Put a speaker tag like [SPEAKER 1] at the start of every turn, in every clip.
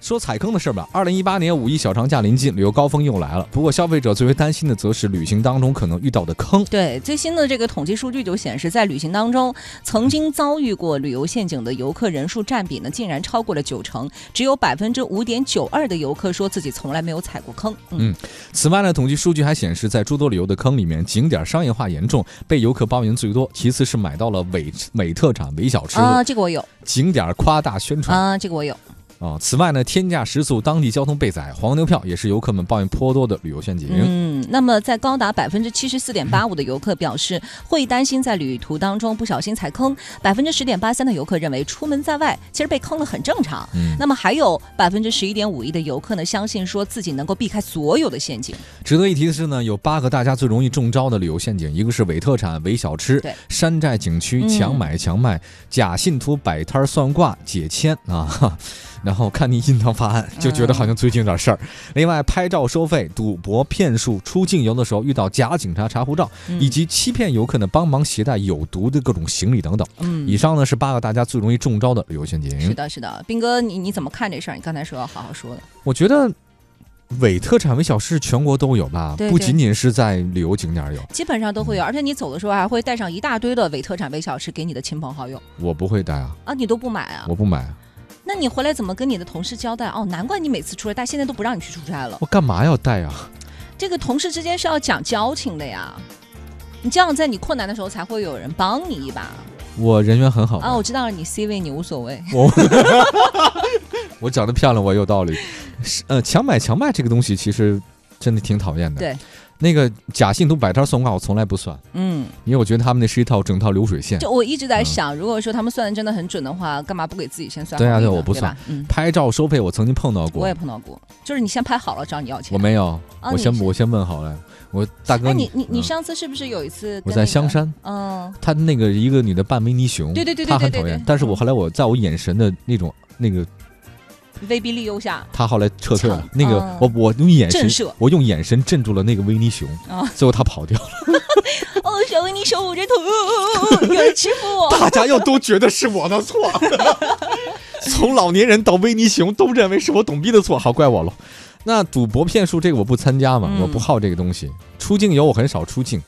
[SPEAKER 1] 说踩坑的事儿吧，二零一八年五一小长假临近，旅游高峰又来了。不过消费者最为担心的则是旅行当中可能遇到的坑。
[SPEAKER 2] 对，最新的这个统计数据就显示，在旅行当中，曾经遭遇过旅游陷阱的游客人数占比呢，竟然超过了九成，只有百分之五点九二的游客说自己从来没有踩过坑。
[SPEAKER 1] 嗯此外呢，统计数据还显示，在诸多旅游的坑里面，景点商业化严重，被游客抱怨最多。其次是买到了伪伪特产、伪小吃，
[SPEAKER 2] 啊，这个我有
[SPEAKER 1] 景点夸大宣传。
[SPEAKER 2] 啊，这个我有。
[SPEAKER 1] 啊、此外呢，天价食宿、当地交通被宰、黄牛票也是游客们抱怨颇多的旅游陷阱。
[SPEAKER 2] 嗯，那么在高达百分之七十四点八五的游客表示会担心在旅途当中不小心踩坑，百分之十点八三的游客认为出门在外其实被坑了很正常。
[SPEAKER 1] 嗯
[SPEAKER 2] 那么还有百分之十一点五一的游客呢，相信说自己能够避开所有的陷阱。
[SPEAKER 1] 值得一提的是呢，有八个大家最容易中招的旅游陷阱，一个是伪特产、伪小吃
[SPEAKER 2] 对、
[SPEAKER 1] 山寨景区
[SPEAKER 2] 嗯
[SPEAKER 1] 强买强卖、假信徒摆摊儿算卦解签啊， 哈然后看你印堂发暗，就觉得好像最近有点事
[SPEAKER 2] 嗯
[SPEAKER 1] 儿。另外，拍照收费、赌博骗术、出境游的时候遇到假警察查护照，
[SPEAKER 2] 嗯
[SPEAKER 1] 以及欺骗游客呢帮忙携带有毒的各种行李等等。
[SPEAKER 2] 嗯
[SPEAKER 1] 以上呢是八个大家最容易中招的旅游陷阱。
[SPEAKER 2] 是的，是的，斌哥，你你怎么看这事儿？你刚才说要好好说的。
[SPEAKER 1] 我觉得伪特产、伪小吃全国都有吧，
[SPEAKER 2] 对
[SPEAKER 1] 不
[SPEAKER 2] 对
[SPEAKER 1] 仅仅是在旅游景点有。
[SPEAKER 2] 基本上都
[SPEAKER 1] 嗯
[SPEAKER 2] 会有，而且你走的时候还会带上一大堆的伪特产、伪小吃给你的亲朋好友
[SPEAKER 1] 我不会带啊，
[SPEAKER 2] 啊，你都不买啊？
[SPEAKER 1] 我不买啊，
[SPEAKER 2] 那你回来怎么跟你的同事交代？哦，难怪你每次出差，但现在都不让你去出差了。
[SPEAKER 1] 我干嘛要带啊？
[SPEAKER 2] 这个同事之间是要讲交情的呀，你这样在你困难的时候才会有人帮你一把
[SPEAKER 1] 我人缘很好
[SPEAKER 2] 啊。我知道了，你 C 位你无所谓。
[SPEAKER 1] 我 我长得漂亮，我也有道理。是呃，强买强卖这个东西其实真的挺讨厌的。
[SPEAKER 2] 对，
[SPEAKER 1] 那个假信徒摆摊算卦，我从来不算，
[SPEAKER 2] 嗯，
[SPEAKER 1] 因为我觉得他们那是一套整套流水线。
[SPEAKER 2] 就我一直
[SPEAKER 1] 嗯
[SPEAKER 2] 在想，如果说他们算的真的很准的话，干嘛不给自己先算好
[SPEAKER 1] 对
[SPEAKER 2] 呢？
[SPEAKER 1] 啊对
[SPEAKER 2] 对
[SPEAKER 1] 我不
[SPEAKER 2] 吧嗯，
[SPEAKER 1] 拍照收费，我曾经碰到过，
[SPEAKER 2] 我也碰到过，就是你先拍好了找你要钱。
[SPEAKER 1] 我没有，
[SPEAKER 2] 啊
[SPEAKER 1] 我
[SPEAKER 2] 你
[SPEAKER 1] 先
[SPEAKER 2] 是
[SPEAKER 1] 我先问好了，我大哥
[SPEAKER 2] 哎，你你你
[SPEAKER 1] 嗯
[SPEAKER 2] 上次是不是有一次
[SPEAKER 1] 我
[SPEAKER 2] 跟
[SPEAKER 1] 在
[SPEAKER 2] 那个
[SPEAKER 1] 香？山，
[SPEAKER 2] 嗯，
[SPEAKER 1] 他那个一个女的扮维尼熊，
[SPEAKER 2] 对对对对
[SPEAKER 1] 她很
[SPEAKER 2] 对对
[SPEAKER 1] 讨厌
[SPEAKER 2] 对。
[SPEAKER 1] 但是我后来我在我眼神的那种那个，
[SPEAKER 2] 威逼利诱下，
[SPEAKER 1] 她后来撤退了
[SPEAKER 2] 抢。
[SPEAKER 1] 那个
[SPEAKER 2] 嗯
[SPEAKER 1] 我我用眼
[SPEAKER 2] 震慑
[SPEAKER 1] 神，我用眼神镇住了那个维尼熊
[SPEAKER 2] 啊，
[SPEAKER 1] 最后她跑 掉了。
[SPEAKER 2] 哦，小维尼手捂着头，有人欺负 我。
[SPEAKER 1] 大家又都觉得是我的 错，从老年人到维尼熊都认为是我董斌的错，好怪我喽。那赌博骗术这个我不参加嘛，
[SPEAKER 2] 嗯
[SPEAKER 1] 我不好这个东西。出境游我很少出境。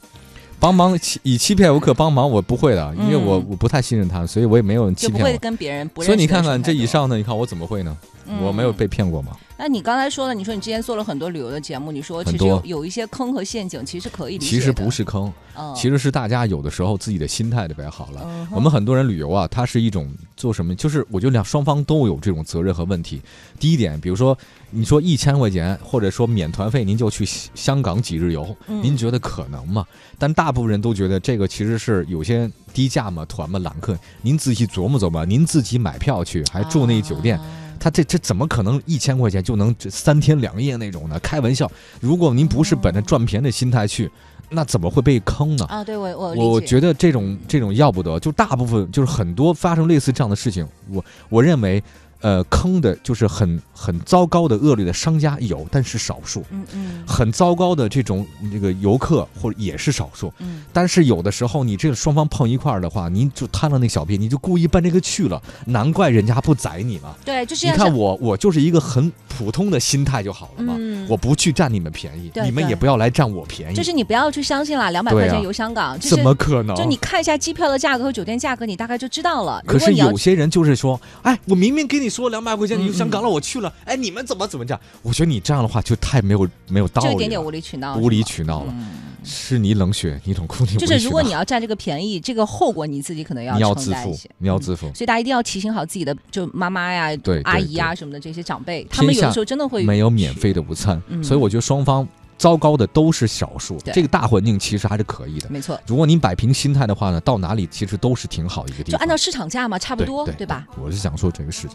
[SPEAKER 1] 帮忙欺以欺骗游客帮忙，我不会的，因为我
[SPEAKER 2] 嗯
[SPEAKER 1] 我不太信任他，所以我也没有人欺
[SPEAKER 2] 就不
[SPEAKER 1] 骗
[SPEAKER 2] 会
[SPEAKER 1] 我。
[SPEAKER 2] 跟别人不认识
[SPEAKER 1] 所以
[SPEAKER 2] 的
[SPEAKER 1] 你
[SPEAKER 2] 人说太
[SPEAKER 1] 看
[SPEAKER 2] 多。
[SPEAKER 1] 看这以上呢，你看我怎么会呢？
[SPEAKER 2] 嗯，
[SPEAKER 1] 我没有被骗过吗？
[SPEAKER 2] 那你刚才说了，你说你之前做了很多旅游的节目，你说其
[SPEAKER 1] 很
[SPEAKER 2] 实
[SPEAKER 1] 多
[SPEAKER 2] 有有一些坑和陷阱，其实可以理解。
[SPEAKER 1] 其实不，是坑，
[SPEAKER 2] 嗯，
[SPEAKER 1] 其实是大家有的时候自己的心态就摆好了。
[SPEAKER 2] 嗯哼
[SPEAKER 1] 我们很多人旅游啊，它是一种做什么？就是我觉得两双方都有这种责任和问题。第一点，比如说你说一千块钱，或者说免团费，您就去西香港几日游，
[SPEAKER 2] 嗯
[SPEAKER 1] 您觉得可能吗？但大部分人都觉得这个其实是有些低价嘛、团嘛、揽客。您仔细琢磨琢磨，啊您自己买票去，还住那酒店，
[SPEAKER 2] 啊
[SPEAKER 1] 他这这怎么可能一千块钱就能这三天两夜那种呢？开玩笑，如果您不是本着赚便宜的心态去，那怎么会被坑呢？
[SPEAKER 2] 啊，对我我
[SPEAKER 1] 我
[SPEAKER 2] 理解
[SPEAKER 1] 觉得这种这种要不得，就大部分就是很多发生类似这样的事情，我我认为，呃，坑的就是很很糟糕的恶劣的商家有，但是少数，
[SPEAKER 2] 嗯嗯
[SPEAKER 1] 很糟糕的这种这个游客或者也是少数，
[SPEAKER 2] 嗯，
[SPEAKER 1] 但是有的时候你这个双方碰一块儿的话，您就贪了那小便宜，你就故意奔这个去了，难怪人家不宰你了。
[SPEAKER 2] 对，就是
[SPEAKER 1] 你
[SPEAKER 2] 要
[SPEAKER 1] 看
[SPEAKER 2] 是啊
[SPEAKER 1] 我，我就是一个很普通的心态就好了嘛，
[SPEAKER 2] 嗯
[SPEAKER 1] 我不去占你们便宜，
[SPEAKER 2] 对
[SPEAKER 1] 你们
[SPEAKER 2] 对
[SPEAKER 1] 也不要来占我便宜，
[SPEAKER 2] 就是你不要去相信啦，两百
[SPEAKER 1] 对
[SPEAKER 2] 块
[SPEAKER 1] 啊
[SPEAKER 2] 钱游香港，就是
[SPEAKER 1] 怎么可能？
[SPEAKER 2] 就你看一下机票的价格和酒店价格，你大概就知道了。
[SPEAKER 1] 可
[SPEAKER 2] 如果
[SPEAKER 1] 是
[SPEAKER 2] 你要
[SPEAKER 1] 有些人就是说，哎，我明明跟你说两百块钱你
[SPEAKER 2] 嗯
[SPEAKER 1] 就香港了，我去了，哎，你们怎么怎么讲？我觉得你这样的话就太没有没有道
[SPEAKER 2] 就
[SPEAKER 1] 理
[SPEAKER 2] 一
[SPEAKER 1] 了，
[SPEAKER 2] 点点无理取闹，
[SPEAKER 1] 无理取闹了，
[SPEAKER 2] 嗯
[SPEAKER 1] 是你冷血，你冷酷，你无理
[SPEAKER 2] 就是
[SPEAKER 1] 取
[SPEAKER 2] 如果
[SPEAKER 1] 闹
[SPEAKER 2] 你要占这个便宜，这个后果你自己可能
[SPEAKER 1] 你要
[SPEAKER 2] 承
[SPEAKER 1] 自
[SPEAKER 2] 担一
[SPEAKER 1] 负
[SPEAKER 2] 些，，
[SPEAKER 1] 你要
[SPEAKER 2] 嗯
[SPEAKER 1] 自负，
[SPEAKER 2] 所以大家一定要提醒好自己的，就妈妈呀、
[SPEAKER 1] 对
[SPEAKER 2] 阿
[SPEAKER 1] 对
[SPEAKER 2] 姨呀什么的这些长辈，他
[SPEAKER 1] 天
[SPEAKER 2] 们有的
[SPEAKER 1] 下
[SPEAKER 2] 时候真的会
[SPEAKER 1] 没有免费的午餐，
[SPEAKER 2] 嗯
[SPEAKER 1] 所以我觉得双方糟糕的都是少数，
[SPEAKER 2] 对嗯
[SPEAKER 1] 这个大环境其实还是可以的。
[SPEAKER 2] 没错，
[SPEAKER 1] 如果您摆平心态的话呢，到哪里其实都是挺好一个地方。
[SPEAKER 2] 就按照市场价嘛，差不多，
[SPEAKER 1] 对对
[SPEAKER 2] 吧？？
[SPEAKER 1] 我是想说这个事情，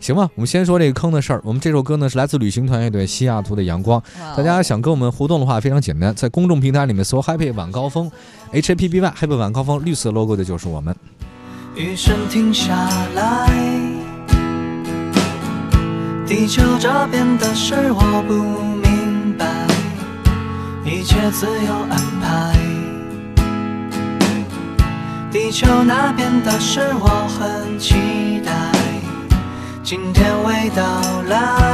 [SPEAKER 1] 行吧？我们先说这个坑的事儿。我们这首歌呢是来自旅行团乐队《西雅图的阳光》。
[SPEAKER 2] 哇哦
[SPEAKER 1] 大家想跟我们互动的话，非常简单，在公众平台里面搜 “Happy 晚高峰 ”，H A P P Y Happy 晚高峰，绿色 logo 的就是我们。
[SPEAKER 3] 雨声停下来，地球这边的事我不明白，一切自有安排。地球那边的事我很期待，今天未到来。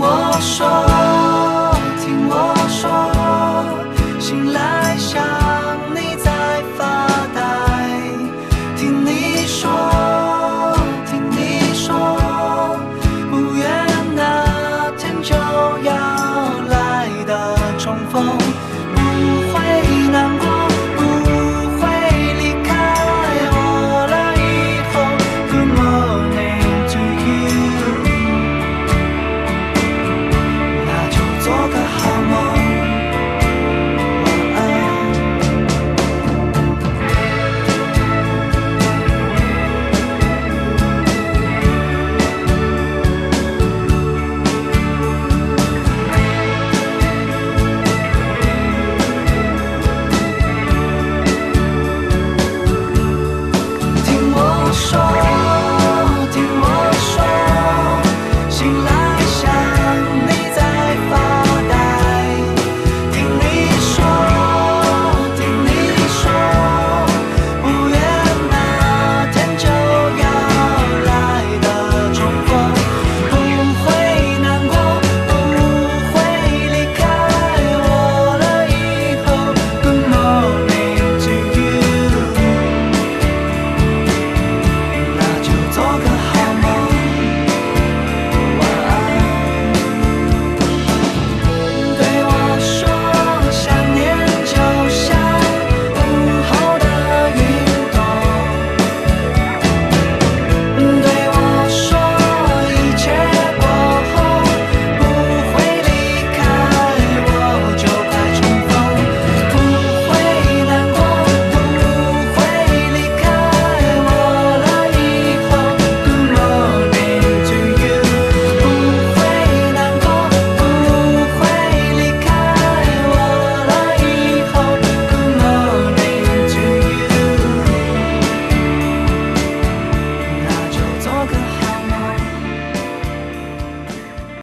[SPEAKER 3] 我说。